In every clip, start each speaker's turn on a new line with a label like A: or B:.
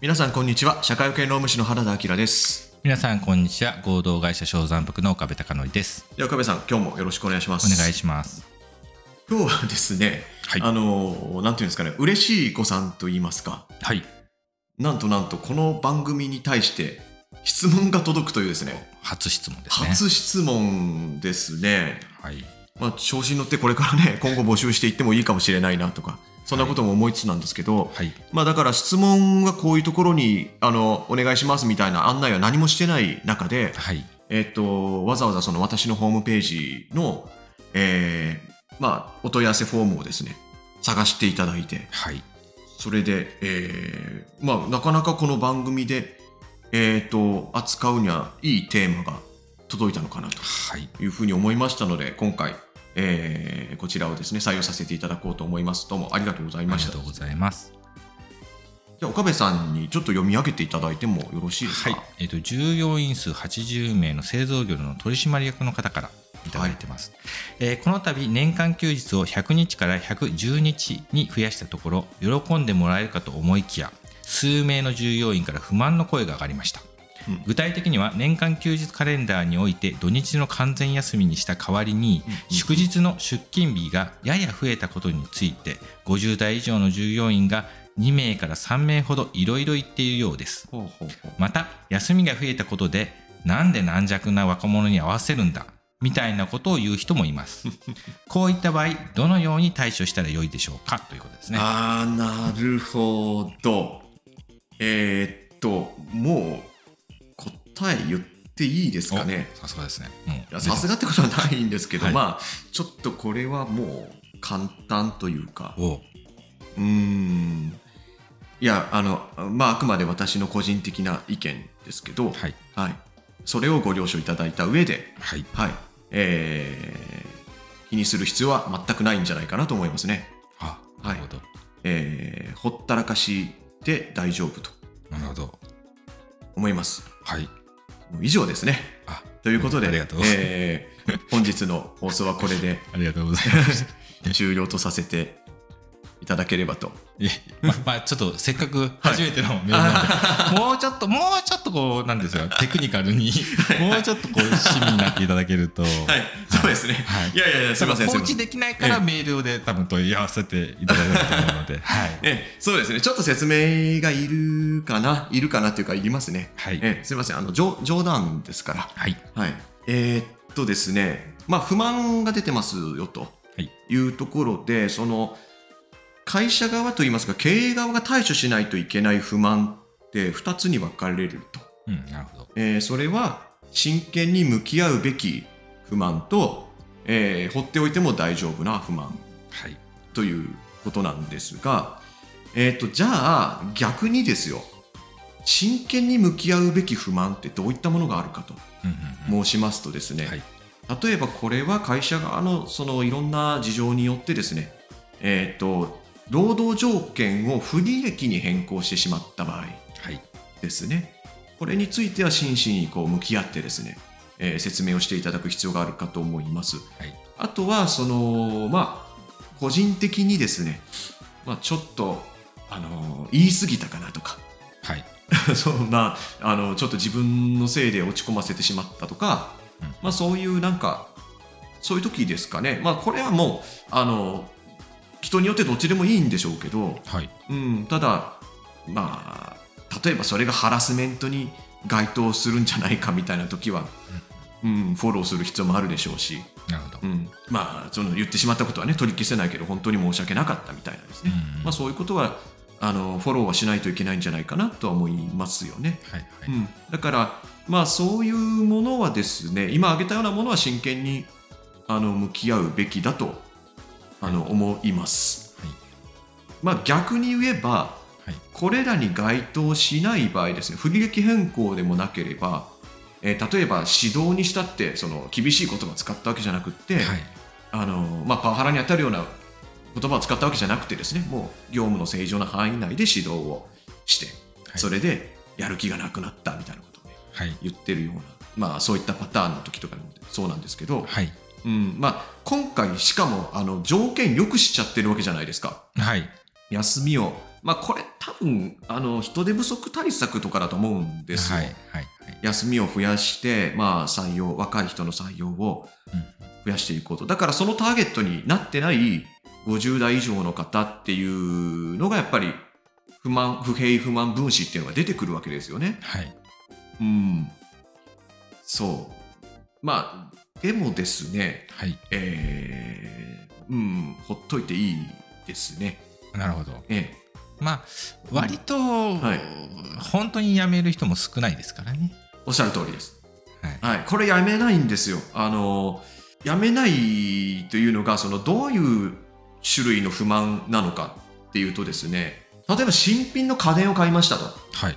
A: 皆さんこんにちは社会保険労務士の原田明です
B: 皆さんこんにちは合同会社正山北の岡部貴則です
A: では岡部さん今日もよろしくお願いしま
B: お
A: す
B: 願いします
A: 今日はですね、
B: はい
A: あのなんていうんですかね嬉しい子さんと言いますか
B: はい
A: なんとなんとこの番組に対して質問が届くというですね
B: 初質問ですね
A: 初質問ですね
B: はい
A: まあ調子に乗ってこれからね 今後募集していってもいいかもしれないなとかそんなことも思いつつなんですけど、
B: はい
A: まあだから質問はこういうところにあのお願いしますみたいな案内は何もしてない中で、
B: はい
A: えっと、わざわざその私のホームページの、えーまあ、お問い合わせフォームをですね、探していただいて、
B: はい
A: それで、えーまあ、なかなかこの番組で、えっと、扱うにはいいテーマが届いたのかなと
B: はい
A: いうふうに思いましたので、今回、えーこちらをですね、採用させていただこうと思います。どうもありがとうござい
B: あ
A: ま
B: り
A: し
B: が
A: た
B: と。うございます
A: じゃあ、岡部さんにちょっと読み上げていただいてもよろしいです
B: は
A: か
B: いえっ、と従業員数80名の製造業の取締役の方からいただいてます、えーこの度年間休日を100日から110日に増やしたところ喜んでもらえるかと思いきや数名の従業員から不満の声が上がりました
A: うん
B: 具体的には年間休日カレンダーにおいて土日の完全休みにした代わりに
A: うんうん
B: 祝日の出勤日がやや増えたことについて50代以上の従業員が2名から3名ほどいろいろ言っているようです
A: ほうほうほう。
B: また休みが増えたことでなんで軟弱な若者に合わせるんだみたいなことを言う人もいますこういった場合どのように対処したらよいでしょうかということですね
A: あーなるほどえーっともう答え言っていいですかね
B: おさすがですねも
A: いうやさすがってことはないんですけど、
B: はい
A: まあちょっとこれはもう簡単というか
B: おう
A: うーんいやあのまああくまで私の個人的な意見ですけど、
B: はい
A: はい、それをご了承いただいた上で、
B: はい
A: はいえー気にする必要は全くないんじゃないかなと思いますね。
B: あ
A: は
B: ないるほど、
A: えーほったらかしで大丈夫と
B: なるほど
A: 思います。
B: はい
A: 以上ですね。
B: あ
A: ということで、
B: ありがとう
A: えー本日の放送はこれで
B: ありがとうございます
A: 終了とさせていただければと。
B: いやままあちょっとせっかく初めてのメールなんで、もうちょっともうちょっとこうなんですよテクニカルにもうちょっとこう趣味になっていただけると
A: はい、そうですね。
B: はい
A: い、やいやいや、すみません、す
B: 放
A: みませ
B: 置
A: ん。
B: できないから
A: ええ
B: メールで多分問い合わせていただけると思 うので、はい。
A: ええそうですね。ちょっと説明がいるかな、いるかなというか、いりますね。
B: はい。
A: ええすみません、あの冗冗談ですから。
B: はい。
A: はい、えーっとですね、まあ、不満が出てますよと
B: はい
A: いうところで、その会社側といいますか、経営側が対処しないといけない不満って2つに分かれると、
B: うん、なるほど。
A: えーそれは真剣に向き合うべき不満と、えー放っておいても大丈夫な不満
B: はい。
A: ということなんですが、えーっとじゃあ、逆にですよ、真剣に向き合うべき不満ってどういったものがあるかと。
B: うんうんうん
A: 申しますとですね、
B: はい
A: 例えばこれは会社側のそのいろんな事情によってですね、えー、と労働条件を不利益に変更してしまった場合
B: はい。
A: ですねこれについては真摯にこう向き合ってですね、えー説明をしていただく必要があるかと思います、
B: い
A: あとはそのまあ個人的にですね、まあ、ちょっとあの言い過ぎたかなとか
B: はい。
A: そんなあのちょっと自分のせいで落ち込ませてしまったとか、
B: うん
A: まあ、そういうなんかそういう時ですかね、まあ、これはもうあの人によってどっちでもいいんでしょうけど、
B: はい。
A: うん、ただ、まあ、例えばそれがハラスメントに該当するんじゃないかみたいな時は、うん、フォローする必要もあるでしょうし、
B: なるほど
A: う。ん、まあその言ってしまったことは、ね、取り消せないけど本当に申し訳なかったみたいなですね、
B: うんうん
A: まあ、そういうことはあのフォローはしないといけないんじゃないかなとは思いますよね。
B: はい。
A: う
B: はい。
A: ん、だから、まあ、そういうものはですね今挙げたようなものは真剣にあの向き合うべきだとあの思います。
B: はい
A: まあ、逆に言えば
B: はい。
A: これらに該当しない場合ですね不利益変更でもなければ、えー例えば指導にしたってその厳しい言葉を使ったわけじゃなくって、
B: はい。
A: あのまあ、パワハラに当たるような言葉を使ったわけじゃなくてですねもう業務の正常な範囲内で指導をして、
B: はい
A: それでやる気がなくなったみたいなことを、ね、
B: はい。
A: 言ってるような、まあ、そういったパターンの時とかにもそうなんですけど、
B: はい。
A: うんまあ、今回しかもあの条件よくしちゃってるわけじゃないですか
B: はい。
A: 休みをまあ、これ多分あの人手不足対策とかだと思うんですよ、
B: はいはいはい
A: 休みを増やして、まあ、採用若い人の採用を増やしていこうとだからそのターゲットになってない50代以上の方っていうのがやっぱり不満不平不満分子っていうのが出てくるわけですよね。
B: はい
A: うん、そうまあでもですね、
B: はい
A: えーうん、ほっといていいですね。
B: なるほど
A: え
B: まあ割と、
A: い
B: 本当に辞める人も少ないですからね
A: え、おっしゃる通りです。
B: はい
A: はい、これやめないんですよ。あのやめないというのがそのどういう種類の不満なのかっていうとですね例えば新品の家電を買いましたと
B: はい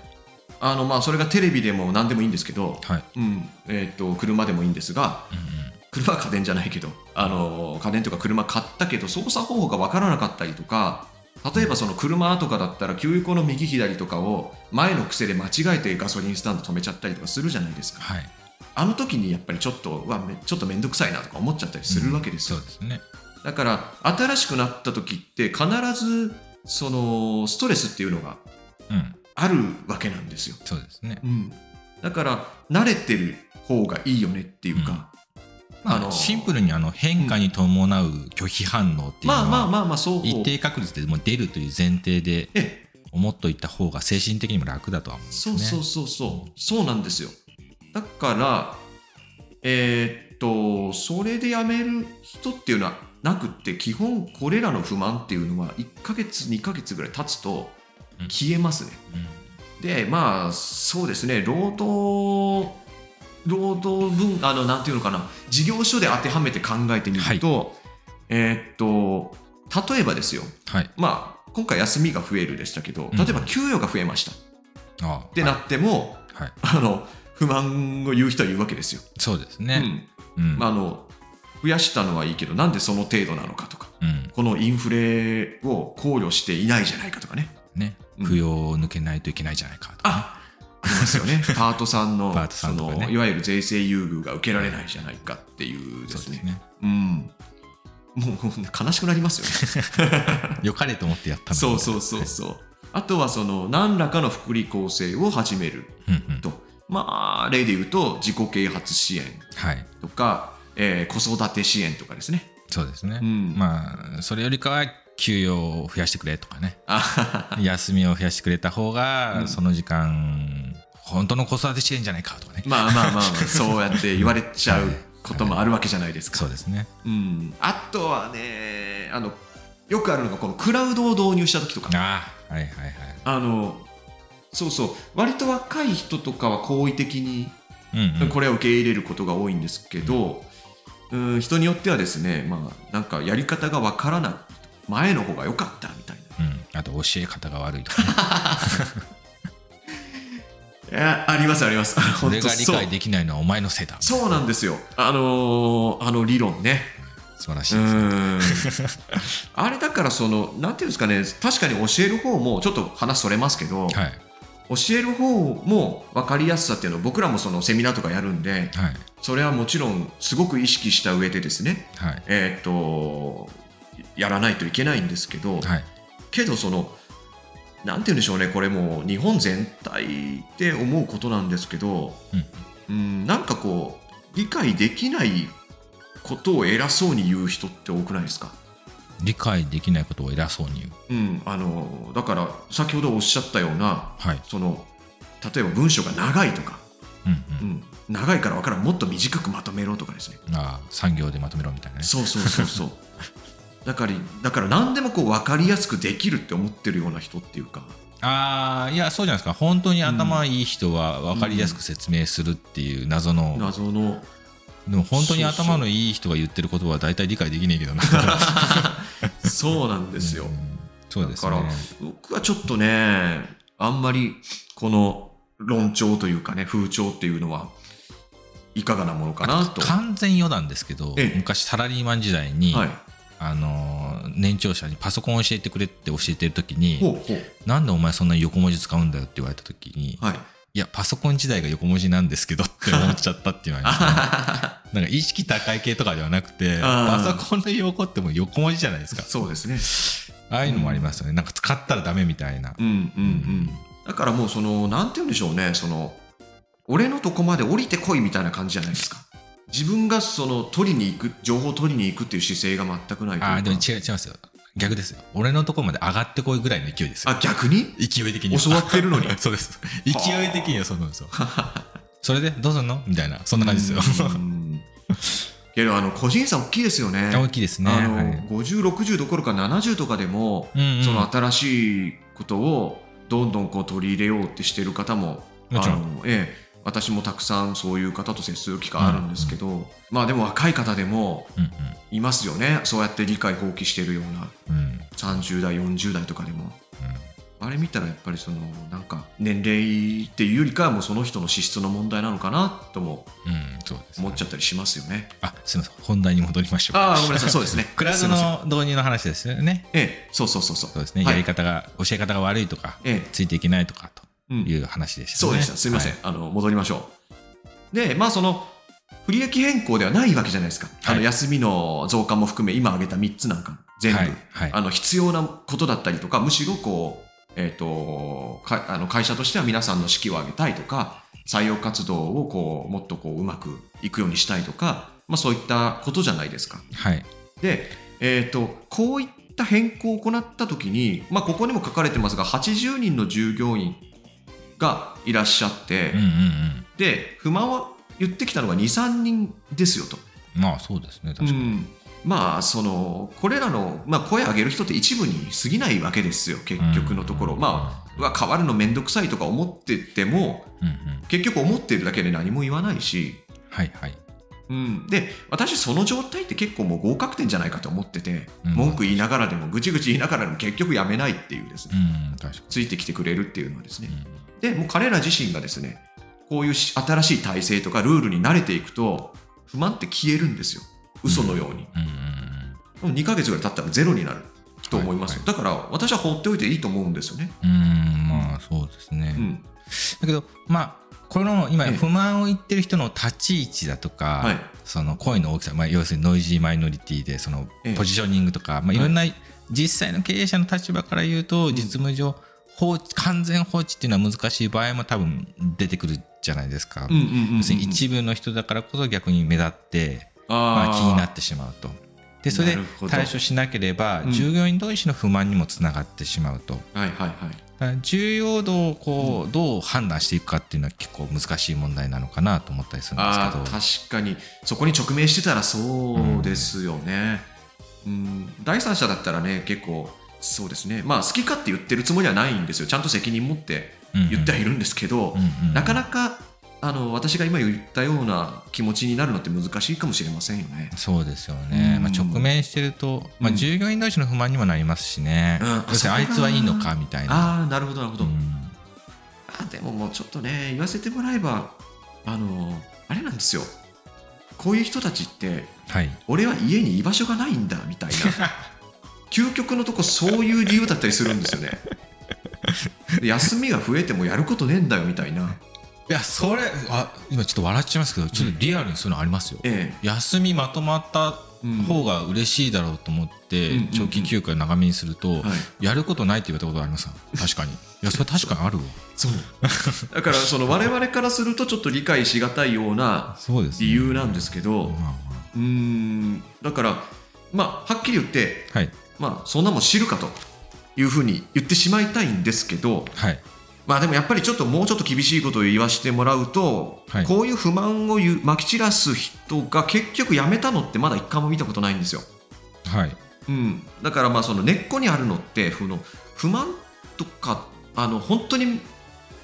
A: あの、まあ、それがテレビでも何でもいいんですけど、
B: はい
A: うんえー、と車でもいいんですが
B: うんうん
A: 車は家電じゃないけどあの家電とか車買ったけど操作方法が分からなかったりとか例えばその車とかだったら給油口の右左とかを前の癖で間違えてガソリンスタンド止めちゃったりとかするじゃないですか。
B: はい
A: あの時にやっぱりちょっとうわめちょっと面倒くさいなとか思っちゃったりするわけですよ、
B: そうですね
A: だから新しくなった時って必ずそのストレスっていうのが
B: うん
A: あるわけなんですよ、
B: そうですね
A: うん、だから慣れてる方がいいよねっていうか、
B: まあ、
A: あの
B: シンプルにあの変化に伴う拒否反応っていうの
A: まあ
B: は、
A: まあまあまあそう
B: 一定確率でもう出るという前提で
A: え
B: 思っといた方が精神的にも楽だとは思うんです
A: そ
B: ね。
A: うそうそうそう、そうなんですよだからえーっとそれでやめる人っていうのはなくって基本これらの不満っていうのは1ヶ月2ヶ月ぐらい経つと
B: うん
A: 消えますね、
B: うん
A: でまあそうですね労働労働分あのなんていうのかな事業所で当てはめて考えてみると、えーっと例えばですよ
B: はい。
A: まあ今回休みが増えるでしたけど
B: うん
A: 例えば給与が増えましたっ
B: ああ
A: てなっても、
B: はい。
A: あの不満を言う人は言うわけですよ。
B: そうですね。うん。
A: うん、あの増やしたのはいいけどなんでその程度なのかとか
B: うん。
A: このインフレを考慮していないじゃないかとかね。
B: ね。
A: うん
B: 扶養を抜けないといけないじゃないかとか。
A: あありますよね。 パートさんの
B: パートさんとかね
A: そのいわゆる税制優遇が受けられないじゃないかっていうで
B: そう
A: す
B: です
A: ね。
B: ね。
A: うん。もう悲しくなりますよ ね。
B: 良かれと思ってやったのに
A: そうそうそうそう。あとはその何らかの福利厚生を始める
B: うんうん。
A: と。まあ例で言うと自己啓発支援
B: はい。
A: とか、えー子育て支援とかですね。
B: そうですね。
A: うん
B: まあ、それよりかは給与を増やしてくれとかね。
A: あはは
B: 休みを増やしてくれた方が、
A: うん
B: その時間、本当の子育て支援じゃないかとかね。
A: まあまあまあまあ、そうやって言われちゃうこともあるわけじゃないですか。
B: そうですね。
A: うん、あとはねあの、よくあるのがこのクラウドを導入した時とか。
B: ああ、はいはいはい。
A: あのそうそう割と若い人とかは好意的に
B: うん、うん。
A: これを受け入れることが多いんですけど、うん、人によってはですね、まあ、なんかやり方がわからない前の方が良かったみたいな
B: うん、あと教え方が悪いと か、ね、
A: いやありますあります
B: それが理
A: そう
B: 解できないのはお前のせいだ
A: そうなんですよあのーあの理論ね
B: 素晴らし いうです、
A: んあれだからそのなんていうんですかね確かに教える方もちょっと話それますけど、
B: はい
A: 教える方も分かりやすさっていうのを僕らもそのセミナーとかやるんで
B: はい
A: それはもちろんすごく意識した上でですね
B: はい
A: えーっとやらないといけないんですけど、
B: はい
A: けどそのなんて言うんでしょうねこれもう日本全体って思うことなんですけど、
B: うん
A: うんなんかこう理解できないことを偉そうに言う人って多くないですか
B: 理解できないことを偉そうに言う
A: うん、あのだから先ほどおっしゃったような
B: はい
A: その例えば文章が長いとか、
B: うん
A: う
B: うん
A: ん、長いから分からんもっと短くまとめろとかですね
B: ああ産業でまとめろみたいなね
A: そうそうそう そうだからだから何でもこう分かりやすくできるって思ってるような人っていうか
B: ああいやそうじゃないですか本当に頭いい人は分かりやすく説明するっていう謎の、
A: 謎の
B: でも本当に
A: そうそう
B: 頭のいい人が言ってることは大体理解できねえけどな
A: そうなんですよ、
B: うんそうですね
A: だから僕はちょっとねあんまりこの論調というかね風潮っていうのはいかがなものかなと
B: 完全余談ですけど
A: ええ
B: 昔サラリーマン時代に、
A: はい
B: あのー年長者にパソコンを教えてくれって教えてる時に
A: ほうほう
B: なんでお前そんな横文字使うんだよって言われた時に、
A: はい
B: い、や、パソコン自体が横文字なんですけどって思っちゃったっていうのはありま すねなんか意識高い系とかではなくて、
A: あ
B: パ
A: ー
B: ソコンの用語ってもう横文字じゃないです か。
A: そうですね
B: あああいうのもありますよね。なんか使ったらダメみたいな。
A: うんうんうん。だからもうその、なんて言うんでしょうね、その、俺のとこまで降りてこいみたいな感じじゃないですか。自分がその、取りに行く、情報を取りに行くっていう姿勢が全くないというか
B: ああ、でも違う違いますよ。逆ですよ。俺のところまで上がってこいぐらいの勢いですよ。
A: あ、逆に
B: 勢い的には
A: 教わってるのに
B: そうです。勢い的にはそうなんですよ。それで、どうすんのみたいな、そんな感じですよ。
A: うんけど、あの、個人差大きいですよね。
B: 大きいですね。
A: あの
B: はい
A: 50、60どころか70とかでも、
B: うんうん
A: その新しいことをどんどんこう取り入れようってしてる方も
B: もちろん
A: あのええ私もたくさんそういう方と接する機会あるんですけど、まあでも若い方でも
B: うん
A: いますよねそうやって理解放棄してるような
B: うんうん
A: 30代40代とかでもあれ見たらやっぱりそのなんか年齢っていうよりかはもうその人の資質の問題なのかなとも
B: うんうんそうですね
A: 思っちゃったりしますよね。
B: あすみません本題に戻りましょう
A: ああごめんなさいそう ですね
B: クラウド
A: すいません
B: の導入の話ですよね
A: ええそうそうそうそう
B: そうですね、
A: はい
B: やり方が教え方が悪いとか
A: ええ
B: ついていけないとか
A: う
B: と
A: ん
B: いう話でしたね、
A: そうでした、すみません、
B: はい
A: あの戻りましょう。で、まあ、その不利益変更ではないわけじゃないですか、あ
B: は
A: の
B: い
A: 休みの増加も含め、今挙げた3つなんか、全部、
B: はいはい
A: あの必要なことだったりとか、むしろこう、えっとかあの会社としては皆さんの士気を上げたいとか、採用活動をこうもっとこううまくいくようにしたいとか、まあ、そういったことじゃないですか。
B: はい
A: で、えー、とこういった変更を行った時に、まあ、ここにも書かれてますが80人の従業員がいらっしゃって、
B: うんうんうん
A: で不満を言ってきたのが23人ですよと。
B: まあそうですね確かに、
A: うんまあそのこれらの、まあ、声上げる人って一部に過ぎないわけですよ結局のところ、
B: うん
A: まあうわ変わるの面倒くさいとか思ってても
B: うんうん、
A: 結局思ってるだけで何も言わないし、
B: はいはい
A: うん、で私その状態って結構もう合格点じゃないかと思ってて、
B: うん
A: 文句言いながらでもぐちぐち言いながらでも結局やめないっていうですね、
B: うん確か
A: ついてきてくれるっていうのはですね
B: に、うん
A: でもう彼ら自身がですねこういうし新しい体制とかルールに慣れていくと不満って消えるんですよ嘘のように、
B: うんうん
A: でも2ヶ月ぐらい経ったらゼロになると思いますよ、
B: は
A: だから私は放っておいていいと思うんですよね、
B: うんうんまあそうですね、
A: うん
B: だけどまあこの今
A: ええ
B: 不満を言ってる人の立ち位置だとか、
A: はい
B: その声の大きさ、まあ、要するにノイジーマイノリティでその
A: ええ
B: ポジショニングとか、まあ、いろんな実際の経営者の立場から言うと実務上放置完全放置っていうのは難しい場合も多分出てくるじゃないですか、
A: うんうんうんうん
B: 要するに一部の人だからこそ逆に目立って、ま
A: あ
B: あ、
A: ー
B: 気になってしまうとでそれで
A: なるほど
B: 対処しなければ
A: うん
B: 従業員同士の不満にもつながってしまうと。
A: はいはいはい
B: だから重要度をこうどう判断していくかっていうのは結構難しい問題なのかなと思ったりするんですけど。
A: あー確かにそこに直面してたらそうですよね、うん第三者だったらね結構そうですねまあ好きかって言ってるつもりはないんですよちゃんと責任持って言ってはいるんですけど、なか
B: か
A: なかあの私が今言ったような気持ちになるのって難しいかもしれませんよね。
B: そうですよね、
A: うん
B: まあ、直面してると、まあ、
A: うん
B: 従業員同士の不満にもなりますしね、
A: うん
B: 要するに
A: あそ
B: あい
A: こが
B: つはいいのかみたいな。
A: ああなるほどなるほど。
B: うん
A: あーでももうちょっとね言わせてもらえばあのあれなんですよこういう人たちって
B: はい、
A: 俺は家に居場所がないんだみたい な究極のとこそういう理由だったりするんですよね。で休みが増えてもやることねえんだよみたいな。
B: いやそれあ今ちょっと笑っちゃいますけどちょっとリアルにそういうのありますよ、
A: え
B: 休みまとまった
A: えうん
B: 方が嬉しいだろうと思って、
A: うん
B: 長期休暇長めにすると、
A: はい
B: やることないって言われたことありますか確かにいやそれ確かにあるわ
A: そう だからその我々からするとちょっと理解しがたいような
B: そうですね、
A: 理由なんですけど、
B: まあま
A: うーんだから、まあ、はっきり言って、
B: あはい
A: まあ、そんなもん知るかというふうに言ってしまいたいんですけど、
B: はい
A: まあ、でもやっぱりちょっともうちょっと厳しいことを言わせてもらうと、
B: はい
A: こういう不満を言うまき散らす人が結局やめたのってまだ一回も見たことないんですよ。
B: はい
A: うん、だからまあその根っこにあるのってその不満とかあの本当に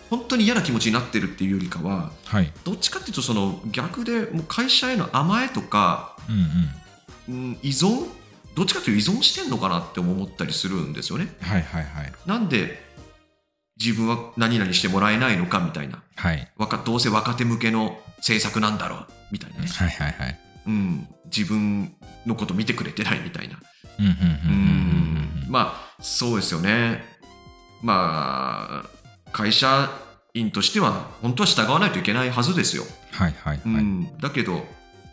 A: 本当に嫌な気持ちになってるっていうよりかは
B: はい
A: どっちかっていうとその逆でもう会社への甘えとか
B: うんうん
A: うん依存どっちかというと依存してんのかなって思ったりするんですよね。
B: はいはいはい
A: なんで自分は何々してもらえないのかみたいな
B: はい
A: 若どうせ若手向けの政策なんだろうみたいなね、
B: はいはいはい
A: うん、自分のこと見てくれてないみたいな、
B: うんうん
A: う
B: う
A: ん
B: んうん
A: まあそうですよねまあ会社員としては本当は従わないといけないはずですよ、
B: はいはいはい、
A: うん、だけど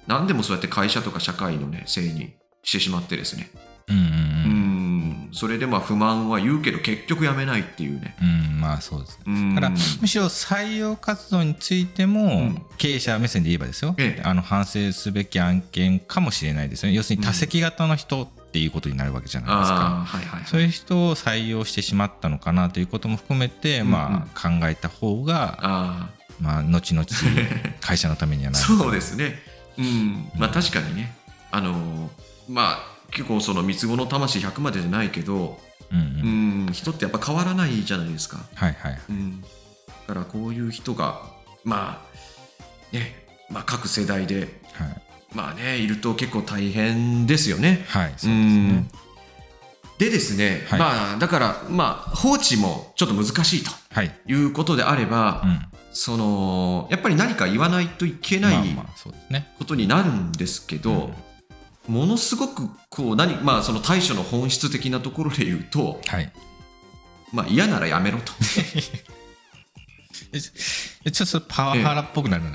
A: 何でもそうやって会社とか社会のねせいにしてしまってですね
B: うんうんう
A: うんんそれでまあ不満は言うけど結局やめないっていうね。
B: うん、まあそうです。
A: うん
B: だからむしろ採用活動についても、
A: ん
B: 経営者目線で言えばですよ、
A: ええ
B: あの反省すべき案件かもしれないですよね要するに多席型の人っていうことになるわけじゃないですか、
A: ああ、はいはいはい。
B: そういう人を採用してしまったのかなということも含めて、
A: ん
B: まあ、考えた方
A: あ
B: が、
A: あ
B: まあ、後々会社のためにはなる
A: そうですね。うん、まあ確かにね、あのーまあ結構その三つ子の魂100までじゃないけど、
B: うんう
A: うんん、人ってやっぱ変わらないじゃないですか。
B: はいはい
A: うん、だからこういう人が、まあ、ね、まあ各世代で、
B: はい
A: まあね、いると結構大変ですよね。
B: はいそうです
A: うん
B: ね
A: でですね、
B: はい
A: まあだから、まあ放置もちょっと難しいと
B: はい、
A: いうことであれば、
B: うん、
A: その、やっぱり何か言わないといけない、
B: まあまあそうですね
A: ことになるんですけど、ものすごくこう何、まあ、その対処の本質的なところで言うと、
B: はい
A: まあ、嫌ならやめろ と
B: えちょちょっとパワハラっぽくなるね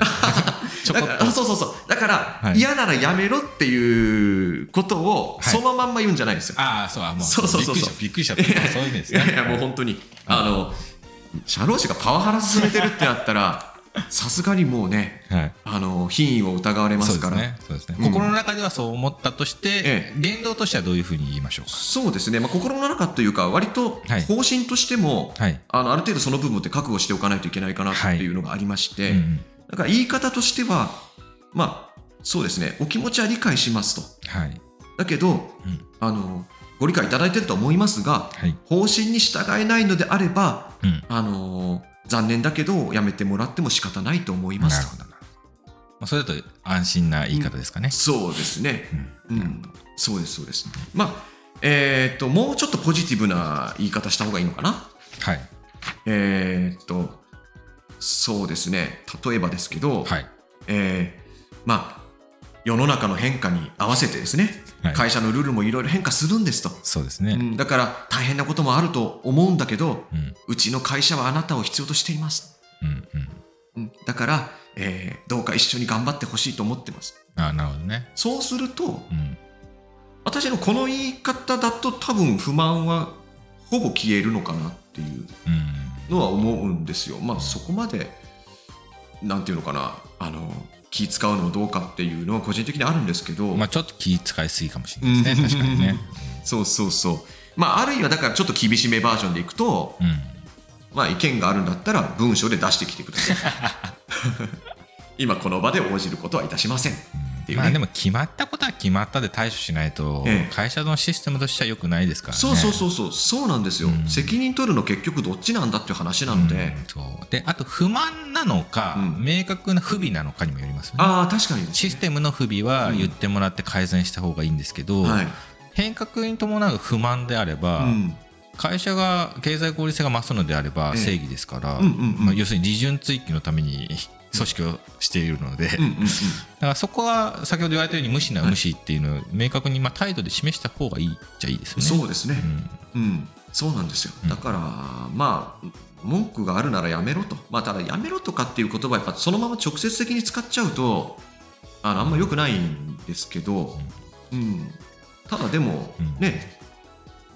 B: ちょこ
A: だ
B: っ
A: から
B: と
A: そうそうそうだから、
B: い
A: 嫌ならやめろっていうことを
B: はい
A: そのまんま言うんじゃないんですよ、
B: ああ、そう、あもう
A: そうそうそうそう
B: びっくりした、びっくりした。そういう意味ですね。
A: いやいやもう本当にあの社労士がパワハラ進めてるってなった らさすがにもうね
B: はい。
A: あの品位を疑われま
B: そう
A: す
B: で
A: か
B: す
A: ら
B: ね。そうですね。
A: うん
B: 心の中ではそう思ったとして
A: え、
B: 言動としてはどういうふうに言いましょうか。
A: そうですね、まあ、心の中というか割と
B: はい
A: 方針としても、
B: はい。
A: あのある程度その部分って覚悟しておかないといけないかなっていうのがありまして、
B: うんうん
A: だから言い方としては、まあ、そうですね、お気持ちは理解しますと。
B: はい。
A: だけど、
B: うん
A: あの、ご理解いただいてると思いますが、
B: はい。
A: 方針に従えないのであれば、
B: うん。
A: あの、残念だけど、やめてもらっても仕方ないと思いま
B: なる
A: す
B: ほ
A: と。
B: どな。まあそれだと安心な言い方ですかね。
A: そうですね。
B: うん
A: うん、そうです、そうです。まあ、えーっと、もうちょっとポジティブな言い方した方がいいのかな。
B: はい。
A: えーっと、そうですね、例えばですけど、
B: はい。
A: えーまあ、世の中の変化に合わせてですね、
B: はい
A: 会社のルールもいろいろ変化するんですと、
B: そうです
A: う
B: ね。
A: んだから大変なこともあると思うんだけど
B: うん。
A: うちの会社はあなたを必要としています、
B: うん。うん。
A: うんだから、えーどうか一緒に頑張ってほしいと思ってます
B: ああ、なるほどね。
A: そうすると
B: うん。
A: 私のこの言い方だと多分不満はほぼ消えるのかなっていう
B: うん。
A: のは思うんですよ。まあそこまでなんていうのかなあの気使うのもどうかっていうのは個人的にあるんですけど、
B: まあ、ちょっと気使いすぎかもしれないですね。確かにね。
A: そうそうそう。まあ、あるいはだからちょっと厳しめバージョンでいくと、
B: うん。
A: まあ、意見があるんだったら文書で出してきてくだ さい。今この場で応じることはいたしません。っていうね
B: まあでも決まったことは決まったで対処しないと
A: ええ
B: 会社のシステムとしては良くないですからね。
A: そうそうそうそう、そうなんですよ。
B: うん
A: 責任取るの結局どっちなんだっていう話なので、
B: うんそうであと不満なのか、
A: うん
B: 明確な不備なのかにもよりますよね
A: ああ、確かにです
B: シ
A: ね
B: ステムの不備は
A: うん
B: 言ってもらって改善した方がいいんですけど、
A: はい。
B: 変革に伴う不満であれば、
A: うん。
B: 会社が経済効率性が増すのであれば
A: ええ
B: 正義ですから、
A: うんうんうん
B: まあ、要するに利潤追求のために組織をしているので、
A: うんう
B: だ
A: んうん。
B: からそこは先ほど言われたように無視な無視っていうのを明確にまあ態度で示した方がいいっちゃいいですよね。
A: そうですね
B: う。ん
A: うん。そうなんですよ。だから、まあ、文句があるならやめろと。まあ、ただやめろとかっていう言葉はやっぱそのまま直接的に使っちゃうと、あの、あんま良くないんですけど、うん、ただでも、
B: うん
A: ね、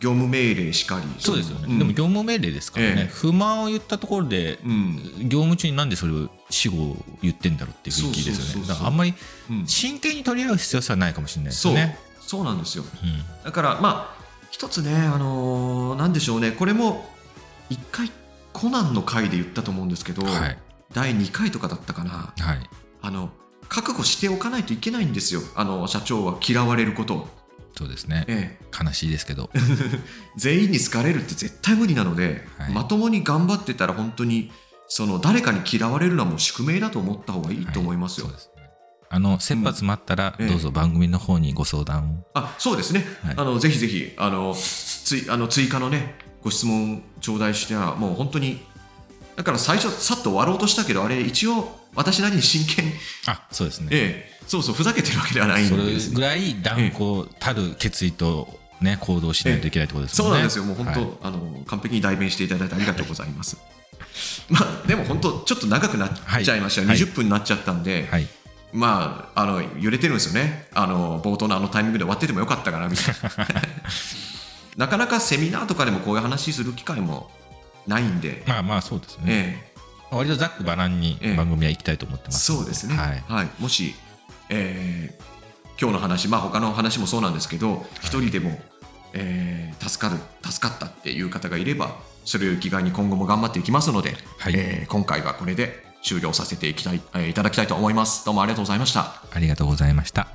A: 業務命令しかり、
B: そうですよね、
A: ん
B: でも業務命令ですからね、
A: ええ
B: 不満を言ったところで
A: うん、
B: 業務中になんでそれを死後を言ってんだろうっていう雰囲気です
A: そうそうそ
B: よ
A: うそ
B: ね
A: う
B: だからあんまり
A: うん
B: 真剣に取り合う必要性はないかもしれないです
A: そう、
B: ね。
A: そうなんですよ。
B: うん
A: だから、まあ、一つね、あのーなんでしょうね、これも、一回、コナンの回で言ったと思うんですけど、
B: はい
A: 第2回とかだったかな、
B: はい
A: あの、覚悟しておかないといけないんですよ。あの、社長は嫌われることを。
B: そうですね
A: ええ、
B: 悲しいですけど
A: 全員に好かれるって絶対無理なので、
B: はい
A: まともに頑張ってたら本当に、その誰かに嫌われるのはもう宿命だと思った方がいいと思いますよ。
B: はそうですねあの切羽詰まったら
A: うん
B: どうぞ番組の方にご相談を
A: あそうですね、
B: はい
A: あのぜひぜひあのついあの追加のねご質問頂戴してはもう本当にだから最初さっと終わろうとしたけどあれ一応私なりに真剣、
B: あそうですね
A: ええ、そうそうふざけてるわけではないん
B: それ
A: ですね
B: ぐらい断固たる決意とね行動しないといけないってことです
A: そ
B: も
A: うん
B: ね
A: なんですよもう本当、
B: はい
A: あの完璧に代弁していただいてありがとうございます。 まあ、でも本当ちょっと長くなっちゃいました、
B: はい
A: 20分になっちゃったんで、
B: はい
A: まああ の揺れてるんですよねあの冒頭のあのタイミングで終わっててもよかったかなみたいななかなかセミナーとかでもこういう話する機会もないんで、
B: まあまあそうですね、
A: え
B: 割とざっくばらんに
A: ええ
B: 番組は行きたいと思って
A: え
B: ますの
A: そうですね、
B: は
A: はい
B: い、
A: もし、えー今日の話、まあ他の話もそうなんですけど、一、人でも、えー助かる、助かったっていう方がいれば、それを生きがいに今後も頑張っていきますので、
B: はい
A: えー今回はこれで終了させていきたい,、えーいただきたいと思います。どうもありがとうございました。
B: ありがとうございました